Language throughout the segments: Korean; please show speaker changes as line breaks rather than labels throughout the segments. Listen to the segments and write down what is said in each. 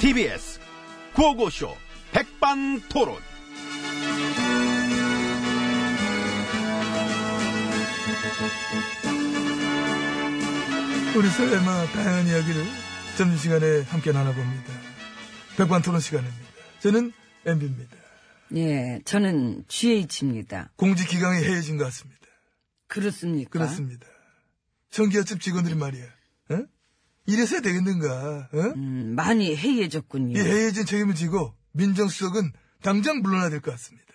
TBS 구호고쇼 백반토론.
우리 사회의 막 다양한 이야기를 점심시간에 함께 나눠봅니다. 백반토론 시간입니다. 저는 MB입니다.
예, 저는 GH입니다.
공직기강이 해이진 것 같습니다.
그렇습니까?
그렇습니다. 전기화집 직원들이 말이야. 어? 이래서야 되겠는가? 어?
음, 많이 예, 해이해졌군요.
이 해이진 책임을 지고 민정수석은 당장 물러나야 될 것 같습니다.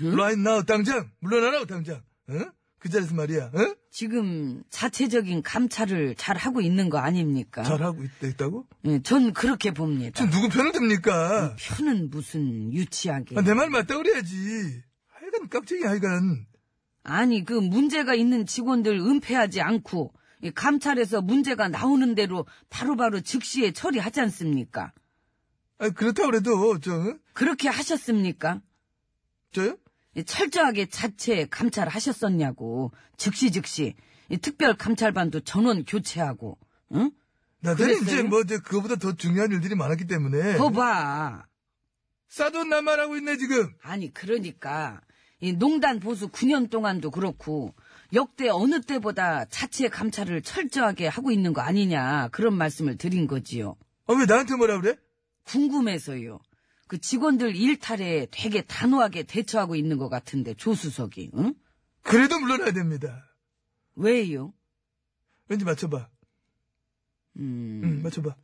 right now 당장 물러나라 당장. 어? 그 자리에서 말이야. 어?
지금 자체적인 감찰을 잘 하고 있는 거 아닙니까? 아.
잘하고 있, 다고
예, 전 그렇게 봅니다.
지금 누구 편을 듭니까? 아,
편은 무슨 유치하게.
내 말 맞다 그래야지. 하여간 깍쟁이 하여간.
아니, 그 문제가 있는 직원들 은폐하지 않고 이 감찰에서 문제가 나오는 대로 바로바로 즉시에 처리하지 않습니까?
아, 그렇다고 그래도 저 어?
그렇게 하셨습니까?
저요?
이 철저하게 자체 감찰하셨었냐고. 즉시 즉시 이 특별 감찰반도 전원 교체하고. 응?
나는
그랬어요? 뭐-
이제 뭐 이제 그거보다 더 중요한 일들이 많았기 때문에
거 봐.
싸돈 남말하고 있네 지금.
아니 그러니까 이 농단 보수 9년 동안도 그렇고 역대 어느 때보다 자체 감찰을 철저하게 하고 있는 거 아니냐 그런 말씀을 드린 거지요.
아, 왜 나한테 뭐라 그래?
궁금해서요. 그 직원들 일탈에 되게 단호하게 대처하고 있는 것 같은데 조수석이 응?
그래도 물러나야 됩니다.
왜요?
왠지 맞춰봐.
음,
응, 맞춰봐.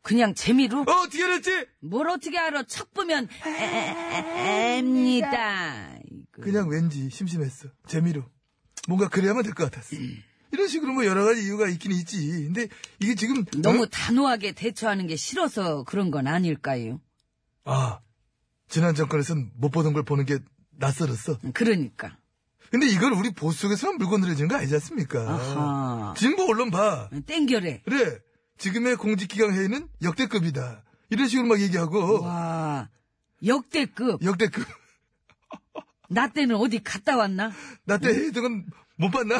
그냥 재미로
어, 어떻게 알았지?
뭘 어떻게 알아? 척 보면 앱니다.
그냥 왠지 심심했어. 재미로. 뭔가 그래야만 될 것 같았어. 이런 식으로 뭐 여러 가지 이유가 있긴 있지. 근데 이게 지금
너무
어?
단호하게 대처하는 게 싫어서 그런 건 아닐까요?
아 지난 정권에선 못 보던 걸 보는 게 낯설었어.
그러니까.
근데 이걸 우리 보수 쪽에서만 물건을 해준 거 아니지 않습니까?
아하.
진보 언론 봐.
땡겨래.
그래 지금의 공직기강 회의는 역대급이다. 이런 식으로 막 얘기하고
와, 역대급.
역대급
나 때는 어디 갔다 왔나?
나 때 회의 등은 못 봤나?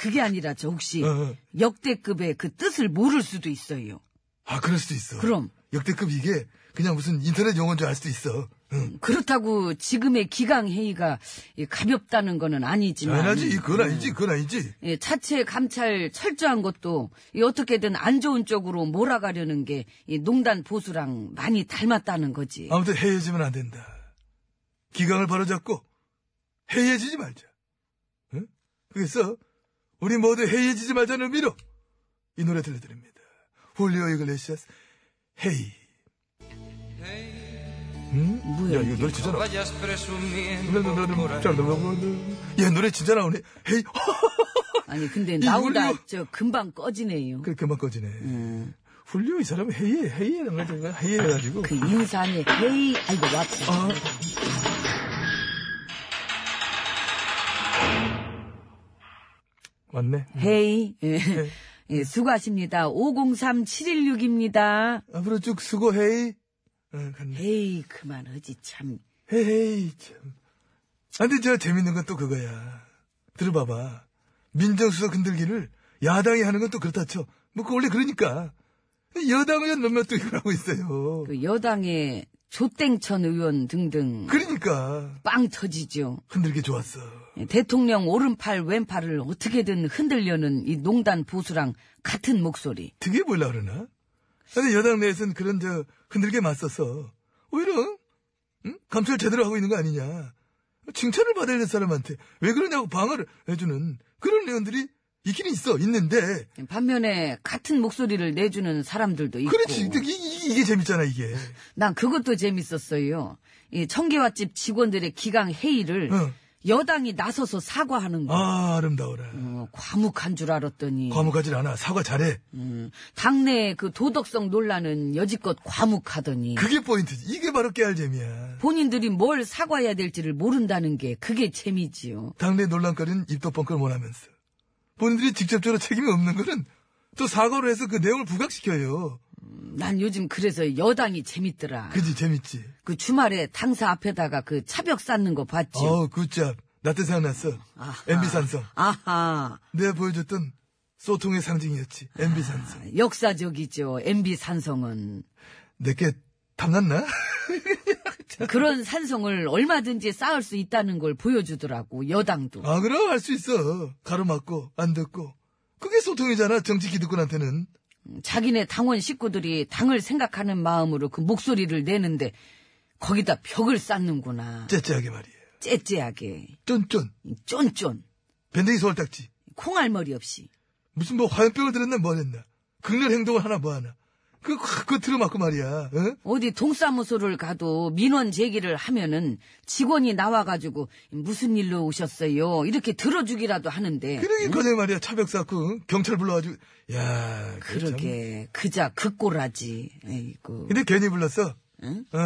그게 아니라 저 혹시
어, 어.
역대급의 그 뜻을 모를 수도 있어요.
아 그럴 수도 있어.
그럼.
역대급 이게 그냥 무슨 인터넷 용어인 줄 알 수도 있어.
아,
응.
그렇다고 지금의 기강회의가 이 가볍다는 거는 아니지만.
당연하지. 그건 아니지. 그건 아니지.
예, 차체 감찰 철저한 것도 이 어떻게든 안 좋은 쪽으로 몰아가려는 게이 농단 보수랑 많이 닮았다는 거지.
아무튼 해이해지면 안 된다. 기강을 바로잡고 해이해지지 말자. 응? 그래서 우리 모두 해이해지지 말자는 의미로 이 노래 들려드립니다. 홀리오 이글레시아스 헤이. 응?
뭐야,
야, 이거 노래 진짜 나와.
vayas presumiendo
야, 노래 진짜 나오네. 헤이.
아니 근데
이걸요?
나오다 저 금방 꺼지네요. 그,
그래, 그만 꺼지네. 훌리오 이 사람은 헤이해, 헤이해, 헤이해 해가지고.
그 인삼이 헤이 아이고 왔어.
아. 왔네.
헤이 예. 예, 수고하십니다. 503716입니다.
앞으로 쭉 수고해이. 응, 갔네.
헤이 그만하지 참.
헤헤이, 참. 아, 근데 저 재밌는 건 또 그거야. 들어봐봐. 민정수석 흔들기를 야당이 하는 건 또 그렇다 쳐. 뭐, 그 원래 그러니까. 여당 의원 몇몇도 이걸 하고 있어요.
그 여당의 조땡천 의원 등등
그러니까.
빵 터지죠.
흔들기 좋았어.
예, 대통령 오른팔 왼팔을 어떻게든 흔들려는 이 농단 보수랑 같은 목소리.
되게 몰라 그러나? 근데 여당 내에서는 그런 저 흔들게 맞서서 오히려 응? 감찰 제대로 하고 있는 거 아니냐? 칭찬을 받아야 될 사람한테 왜 그러냐고 방어를 해주는 그런 의원들이 있긴 있어 있는데
반면에 같은 목소리를 내주는 사람들도 있고.
그렇지 근데 이, 게 재밌잖아 이게
난 그것도 재밌었어요. 이 청계화집 직원들의 기강 회의를
응.
여당이 나서서 사과하는 거.
아 아름다워라
어, 과묵한 줄 알았더니
과묵하진 않아 사과 잘해
음, 당내 그 도덕성 논란은 여지껏 과묵하더니
그게 포인트지 이게 바로 깨알 재미야
본인들이 뭘 사과해야 될지를 모른다는 게 그게 재미지요.
당내 논란거리는 입도 뻥끗 못하면서 본인들이 직접적으로 책임이 없는 거는 또 사과로 해서 그 내용을 부각시켜요
난 요즘 그래서 여당이 재밌더라. 그,
그지 재밌지
주말에 당사 앞에다가 그 차벽 쌓는 거 봤지?
어우, 굿잡. 나때 생각났어.
아하.
MB 산성.
아하.
내가 보여줬던
아.
소통의 상징이었지. MB 산성.
역사적이죠. MB 산성은.
내게 탐났나?
그런 산성을 얼마든지 쌓을 수 있다는 걸 보여주더라고 여당도.
아, 그럼 할 수 있어. 가로막고, 안 듣고. 그게 소통이잖아, 정치 기득권한테는.
자기네 당원 식구들이 당을 생각하는 마음으로 그 목소리를 내는데 거기다 벽을 쌓는구나.
째째하게 말이에요.
째째하게
쫀쫀.
쫀쫀
밴댕이 서울딱지.
콩알머리 없이
무슨 뭐 화염병을 들었나 뭐 했나. 극렬 행동을 하나 뭐 하나. 그, 그, 틀어맞고 말이야. 응?
어디 동사무소를 가도 민원 제기를 하면은 직원이 나와가지고 무슨 일로 오셨어요 이렇게 들어주기라도 하는데
그러기까지 그러니까 말이야. 차벽 쌓고, 응? 경찰 불러가지고. 야 그게 참.
그러게 그자 극고라지. 아이고
근데 괜히 불렀어.
응?
어.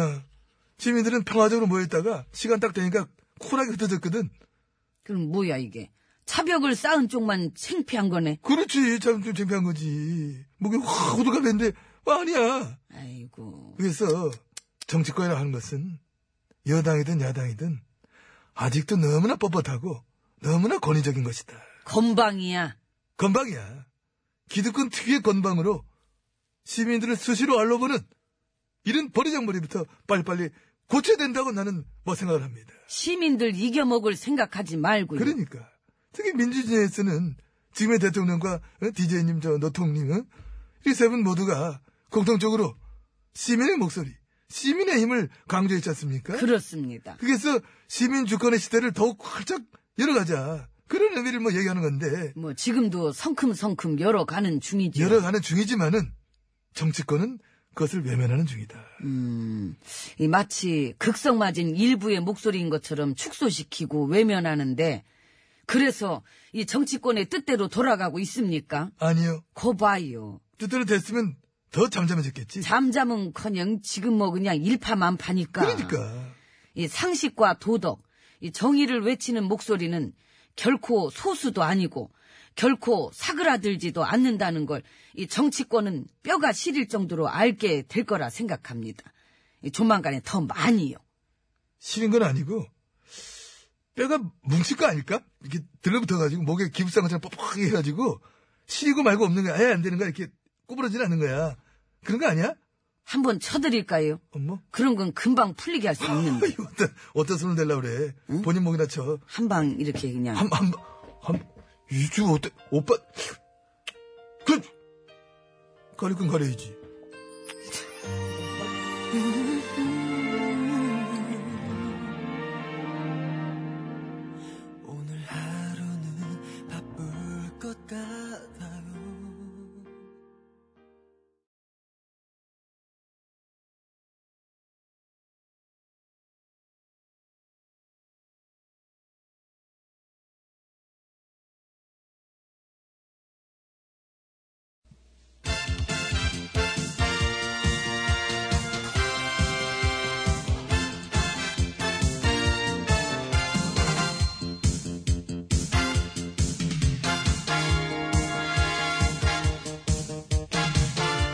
시민들은 평화적으로 모였다가 시간 딱 되니까 쿨하게 흩어졌거든.
그럼 뭐야 이게 차벽을 쌓은 쪽만 창피한 거네.
그렇지. 참, 좀 창피한 거지. 목이 확 호들갑했는데, 뭐 아니야.
아이고
그래서 정치권이라 하는 것은 여당이든 야당이든 아직도 너무나 뻣뻣하고 너무나 권위적인 것이다.
건방이야.
건방이야. 기득권 특유의 건방으로 시민들을 수시로 알로보는 이런 버리장머리부터 빨리빨리 고쳐야 된다고 나는 뭐 생각을 합니다.
시민들 이겨먹을 생각하지 말고요.
그러니까 특히 민주주의에서는 지금의 대통령과 DJ님 저 노통님 어, 이 세 분 모두가 공통적으로 시민의 목소리, 시민의 힘을 강조했지 않습니까?
그렇습니다.
그래서 시민 주권의 시대를 더욱 활짝 열어가자 그런 의미를 뭐 얘기하는 건데
뭐 지금도 성큼성큼 열어가는 중이죠.
열어가는 중이지만은 정치권은 그것을 외면하는 중이다.
음, 이 마치 극성맞은 일부의 목소리인 것처럼 축소시키고 외면하는데 그래서 이 정치권의 뜻대로 돌아가고 있습니까?
아니요.
거봐요.
뜻대로 됐으면 더 잠잠해졌겠지.
잠잠은커녕 지금 뭐 그냥 일파만파니까.
그러니까
이 상식과 도덕, 이 정의를 외치는 목소리는 결코 소수도 아니고 결코 사그라들지도 않는다는 걸 이 정치권은 뼈가 시릴 정도로 알게 될 거라 생각합니다. 이 조만간에 더 많이요.
싫은 건 아니고 뼈가 뭉칠 거 아닐까? 이렇게 들러붙어가지고 목에 기부상 것처럼 뻑뻑하게 해가지고 시고 말고 없는 거야. 아예 안 되는 거야. 이렇게 구부러지는 않는 거야. 그런 거 아니야?
한번 쳐드릴까요?
어머.
그런 건 금방 풀리게 할 수 있는데
이거 어떤, 어떤 손을 대려고 그래. 본인 목이나 쳐.
한 방 이렇게 그냥
한, 한, 한, 이주 어때? 오빠, 그, 가리끈 가려야지.
오늘 하루는 바쁠 것 같아요.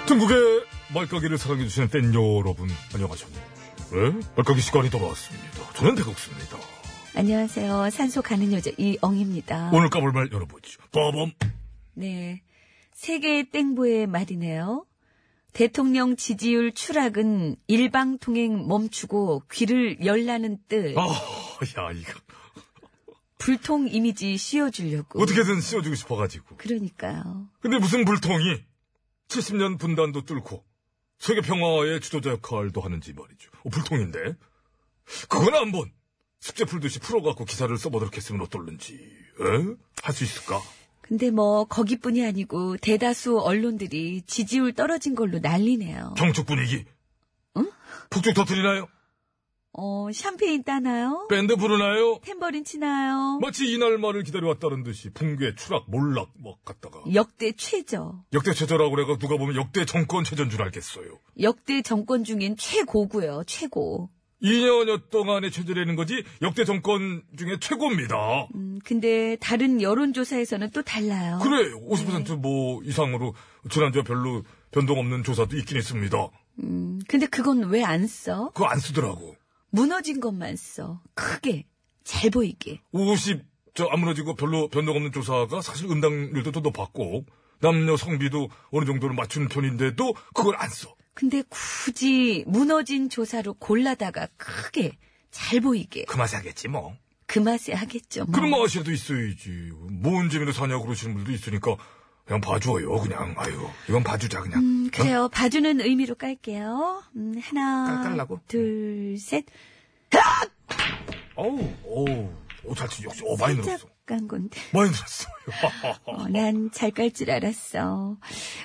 중국의 말까기를 사랑해주시는 팬 여러분, 안녕하십니까. 네? 말까기 시간이 돌아왔습니다. 저는 백옥수입니다.
안녕하세요. 산소 가는 여자 이엉입니다.
오늘 까볼 말 열어보죠. 빠밤!
네. 세계의 땡보의 말이네요. 대통령 지지율 추락은 일방 통행 멈추고 귀를 열라는 뜻.
아, 야, 이거.
불통 이미지 씌워주려고.
어떻게든 씌워주고 싶어가지고.
그러니까요.
근데 무슨 불통이 70년 분단도 뚫고 세계 평화의 주도자 역할도 하는지 말이죠. 어, 불통인데. 그거나 한번 숙제 풀듯이 풀어갖고 기사를 써보도록 했으면 어떨는지. 할 수 있을까?
근데 뭐 거기뿐이 아니고 대다수 언론들이 지지율 떨어진 걸로 난리네요.
경축 분위기.
응?
북쪽 터트리나요?
어, 샴페인 따나요?
밴드 부르나요?
탬버린 치나요?
마치 이날 말을 기다려왔다는 듯이 붕괴, 추락, 몰락 막 갔다가
역대 최저.
역대 최저라고 그래가 누가 보면 역대 정권 최저인 줄 알겠어요.
역대 정권 중엔 최고고요. 최고.
2년여 동안의 최저라는 거지 역대 정권 중에 최고입니다.
네.
음, 근데 다른 여론조사에서는 또 달라요.
그래 50%뭐 이상으로 지난주와 별로 변동 없는 조사도 있긴 있습니다.
음, 근데 그건 왜 안 써?
그거 안 쓰더라고.
무너진 것만 써. 크게. 잘 보이게.
50 저 아무러지고 별로 변동 없는 조사가 사실 응답률도 더 높았고 남녀 성비도 어느 정도는 맞추는 편인데도 그걸 안 써.
근데 굳이 무너진 조사로 골라다가 크게 잘 보이게
그 맛이 하겠지 뭐.
그 맛에 하겠죠. 뭐.
그런 맛이라도 있어야지. 뭔 재미로 사냐 그러시는 분들도 있으니까 그냥 봐줘요 그냥. 아유 이건 봐주자 그냥.
음, 그래요. 봐주는 의미로 깔게요. 음, 하나,
깔- 깔라고? 네.
둘, 셋.
어우 어우 오잘 치 역시 어 많이
살짝
늘었어. 아,
깐 건데.
많이 늘었어요.
어, 난 잘 깔 줄 알았어.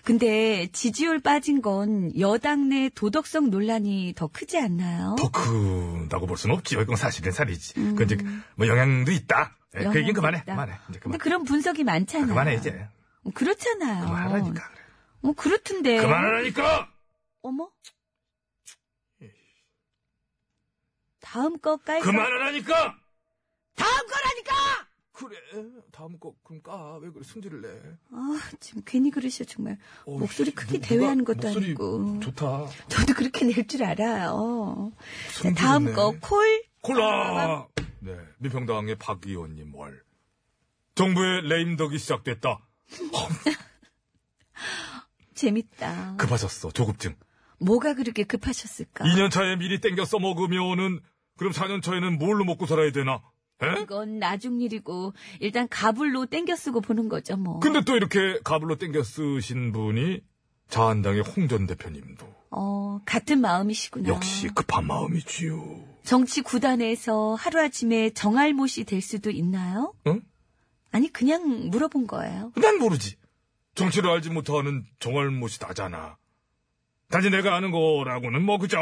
근데 지지율 빠진 건 여당 내 도덕성 논란이 더 크지 않나요?
더 크다고 볼 수는 없지. 이건 사실은 살이지. 그 이제 뭐 영향도 있다. 예, 그 얘기는 그만해.
음. 영향도 있다.
그만해. 이제
근데
그만.
그런 분석이 많잖아요.
그만해 이제.
어, 그렇잖아요.
그만하라니까 그래.
어, 그렇던데.
그만하라니까.
어머? 다음 거 깔까?
그만하라니까.
다음 거라니까!
그래. 다음 거 그럼 까. 왜 그래 승질을 내.
아, 지금 괜히 그러셔, 정말.
어이,
목소리 크게
누- 누가
대회하는 것도
목소리
아니고.
좋다.
저도 그렇게 낼 줄 알아요. 자,
성질이네.
다음 거, 콜.
콜라! 네, 민평당의 박 의원님 월. 정부의 레임덕이 시작됐다.
재밌다.
그 급하셨어, 조급증.
뭐가 그렇게 급하셨을까?
2년차에 미리 땡겨 써먹으면은, 그럼 4년차에는 뭘로 먹고 살아야 되나? 에?
이건 나중 일이고, 일단 가불로 땡겨 쓰고 보는 거죠, 뭐.
근데 또 이렇게 가불로 땡겨 쓰신 분이 자한당의 홍전 대표님도
어, 같은 마음이시구나.
역시 급한 마음이지요.
정치 구단에서 하루아침에 정알못이 될 수도 있나요?
응?
아니, 그냥 물어본 거예요.
난 모르지. 정치를 알지 못하는 정알못이 나잖아. 단지 내가 아는 거라고는 뭐, 그죠?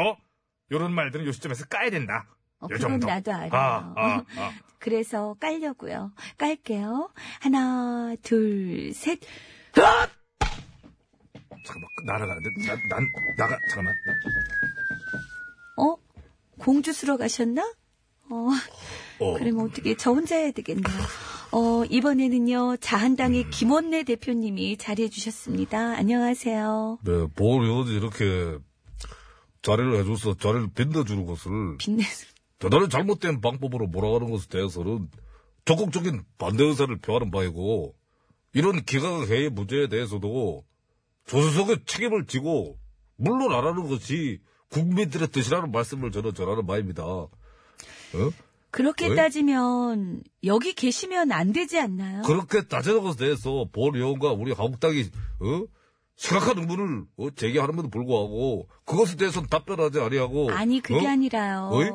요런 말들은 요 시점에서 까야 된다.
어,
요
그건
정도.
나도 알아요.
아, 아, 아.
그래서 깔려고요. 깔게요. 하나, 둘, 셋.
잠깐만, 그 날아가는데, 나, 난, 나가, 잠깐만.
어? 공주 수러 가셨나? 어,
어,
그러면 어떻게 저 혼자 해야 되겠네요. 어, 이번에는요. 자한당의 김원내 대표님이 자리해 주셨습니다. 안녕하세요.
네, 뭘 여지 이렇게 자리를 해줘서 자리를 빛내주는 것을
빛내서
대단히 잘못된 방법으로 몰아가는 것에 대해서는 적극적인 반대 의사를 표하는 바이고 이런 기각회의 문제에 대해서도 조수석의 책임을 지고 물러나라는 것이 국민들의 뜻이라는 말씀을 저는 전하는 바입니다. 어?
그렇게
어이?
따지면 여기 계시면 안 되지 않나요?
그렇게 따지는 것에 대해서 본 의원과 우리 한국당이 어? 심각한 의문을 어, 제기하는데도 불구하고 그것에 대해서는 답변하지 아니하고
아니 그게
어?
아니라요.
어이?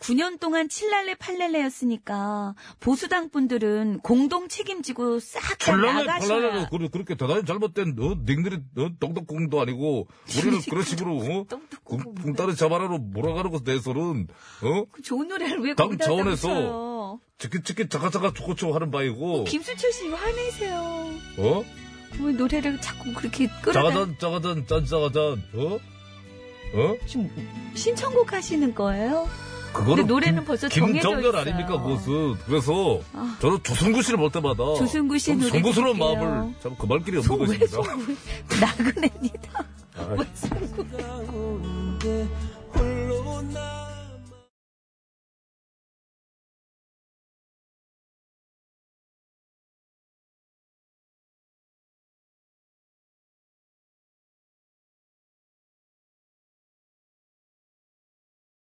9년 동안 칠랄레 팔랄레였으니까 보수당 분들은 공동 책임지고 싹 다
곤란해,
나가셔야.
곤란해. 그, 그렇게 대단히 잘못된, 어, 닉들이, 어, 똥똥꿍도 아니고, 우리를 그런 식으로, 어,
똥똥꿍.
궁따리 잡아라로 몰아가는 것에 대해서는, 어,
그 좋은 노래를 왜
당
거기다
차원에서.
붙여요?
치키치키 차카차카 초코초 하는 바이고,
어, 김수철 씨 화내세요.
어?
왜 노래를 자꾸 그렇게 끌어다
짜가잔, 짜가잔, 짠짜가잔, 어? 어?
신청곡 하시는 거예요? 근데
그거는.
노래는
김-
벌써 정해져
김정렬
있어요. 아.
아닙니까, 그것은. 그래서, 저는 조승구 씨를 볼 때마다.
조승구 씨의
참
노래
송구스러운
듣게요.
마음을, 참, 그말 길이 없는
송왜
것입니다.
송왜 나그네니다. 왜 송구?
나올 때 홀로 나